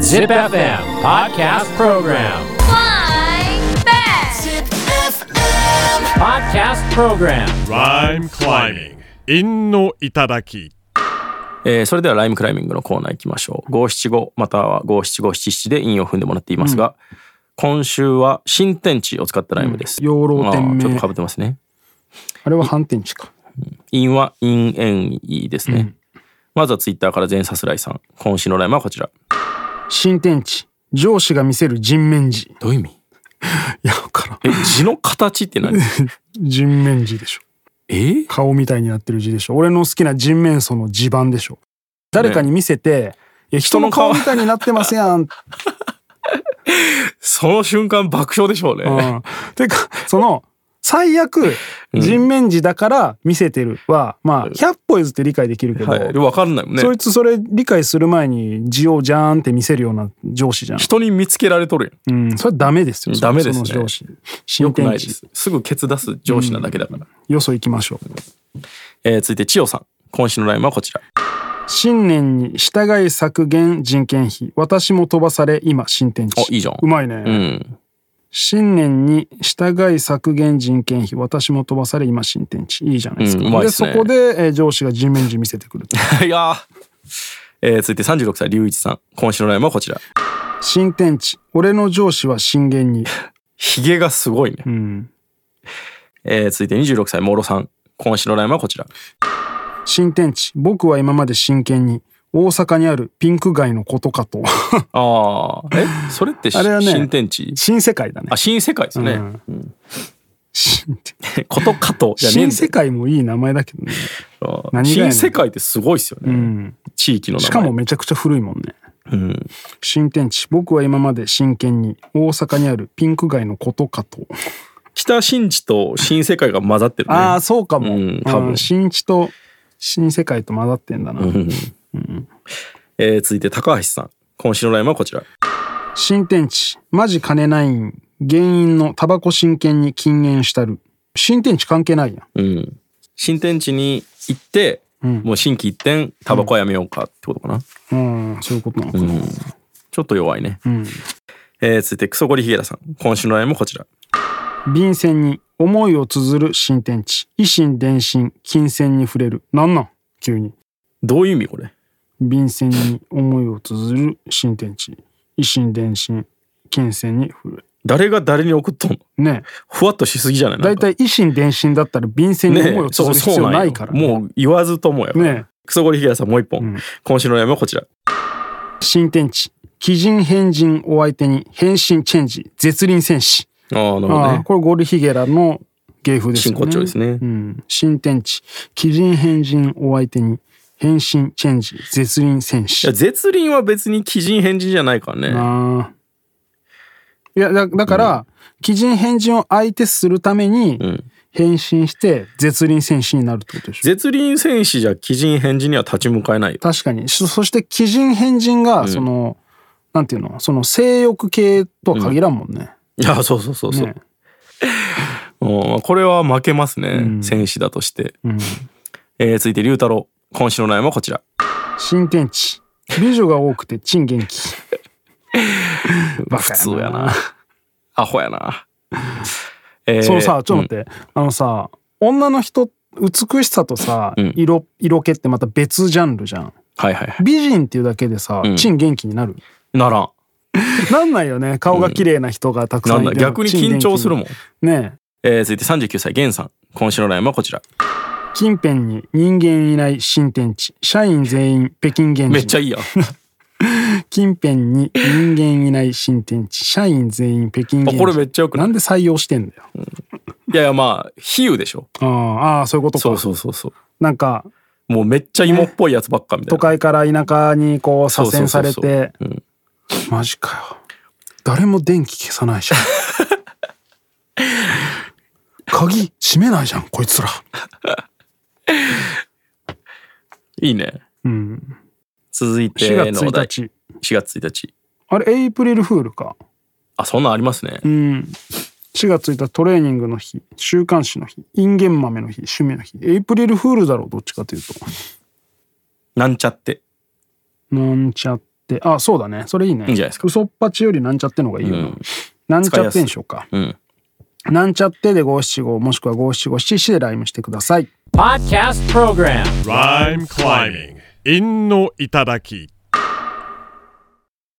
Zip FM Podcast Program. Flying back. Podcast Program. Rhyme climbing. 陰の頂き。えーそれではライムクライミングのコーナー行きましょう五七五または五七五七七で韻を踏んでもらっていますが、今週は新天地を使ったライムです、うん養老天あ命ーちょっとかぶってますねあれは反転地か。韻は韻縁意ですね、まずはツイッターから全さすらいさん今週のライムはこちら新天地。上司が見せる人面字。どういう意味いや、わからん。え字の形って 何人面字でしょ。えー顔みたいになってる字でしょ。俺の好きな人面相の地盤でしょ。誰かに見せて、いや、人の顔みたいになってますや ん。その瞬間爆笑でしょうね、うん。てか、その、最悪、人面字だから見せてるは、まあ、100歩譲って理解できるけど、はい、で分かんないもんねそいつそれ理解する前に字をジャーンって見せるような上司 じゃん。人に見つけられとるやうん、それはダメですよ。ダメですねその上司。んよ新くな天い地で。すすぐケツ出す上司なだけだから、よそ行きましょう。えー続いて千代さん今週のライムはこちら新年に従い削減人件費。私も飛ばされ、今、新天地。おいいじゃんうまいね。うん新年に従い削減人件費。私も飛ばされ、今、新天地。いいじゃないですか。うんうまいっすねで、そこで、えー上司が人面字見せてくる って。いやーえー続いて36歳龍一さん今週のラインはこちら新天地。俺の上司は震源に。ヒゲがすごいね、うん。えー続いて26歳諸さん今週のラインはこちら新天地。僕は今まで真剣に。大阪にあるピンク街のこと かと。ああえそれってしあれはね新天地新世界だねあ。新世界ですね、うん新天地 ことかとじゃねえんだ新世よ界もいい名前だけどね。あー何がや新ねん世界ってすごいっすよね、うん。地域の名前しかもめちゃくちゃ古いもんね。うん、新天地僕は今まで真剣に大阪にあるピンク街のことかと、北新地と新世界が混ざってるねああそうかも、うん多分あー新地と新世界と混ざってんだな、うんえー続いて高橋さん今週のラインはこちら新天地マジ金ないん原因のタバコ真剣に禁煙したる新天地関係ないやんうん、新天地に行って、んもう心機一転タバコはやめようかってことかな、うんそういうことなのかうんちょっと弱いね、んえー続いてクソゴリヒゲラさん今週のラインもこちら便箋に思いを綴る新天地維新伝心金銭に触れるなんなん急にどういう意味これ便箋に思いを綴る新天地維新伝心金銭に触れる誰が誰に送っとんのねふわっとしすぎじゃないな大んか体維新伝心だったら便箋に思いをねそう綴る必そう要なんよないからねもう言わずともやから、ねクソゴリヒゲラさんもう一本、うん今週のラインもこちら新天地鬼人変人お相手に変身チェンジ絶倫戦士、ああなるほどああねこれゴールヒゲラの芸風ですよ真ね骨頂ですね、うん、新天地鬼人変人お相手に変身チェンジ絶倫戦い士や絶倫は別に鬼人変人じゃないからね、ああいやだだから、鬼人変人を相手するためにん変身して絶倫戦士になるってことでしょ絶倫戦士じゃ鬼人変人には立ち向かえないよ確かにそそして鬼人変人がその、なんていうのその性欲系とは限らんもんね、いやそうそうそうそう、ねうんこれは負けますね、戦士だとして、えー続いて龍太郎今週のラインはこちら新天地美女が多くてチン 元気バ普カ通やなアホやな、えー そのさちょっと待って、あのさ女の人美しさとさ、ん色色気ってまた別ジャンルじゃんはいはいは美人っていうだけでさ、んチン元気になるいならんなんないよね顔が綺麗な人がたくさなんんいだても逆にチン緊元気張するもん、ねええー続いて39歳源さん今週のラインはこちら近辺に人間いない新天地社員全員北京現地めっちゃいい やんあ近辺に人間いない新天地社員全員北京現地これめっちゃよくなないんで採用してんだよいやいやまあ比喩でしょあーあーそういうことかそうそうそうそうなんかもうめっちゃ芋っぽいやつばっかみた都いな、会から田舎にこう左遷されそうそうてマジかよ誰も電気消さないじゃん 鍵閉めないじゃんこいつらいいねうん続いて4月のお題1日4月1日あれエイプリルフールかあそんなんありますね、うん4月1日トレーニングの日週刊誌の日インゲン豆の日趣味の日エイプリルフールだろうどっちかというとなんちゃってなんちゃって。あ、そうだね。それいいね。いいんじゃないですか嘘っぱちよりなんちゃっての方がいいよな。なんちゃってんしょうか。うん。なんちゃってで五七五もしくは五七五七七でライムしてください。 Podcast program. Rhyme climbing. 韻の頂き。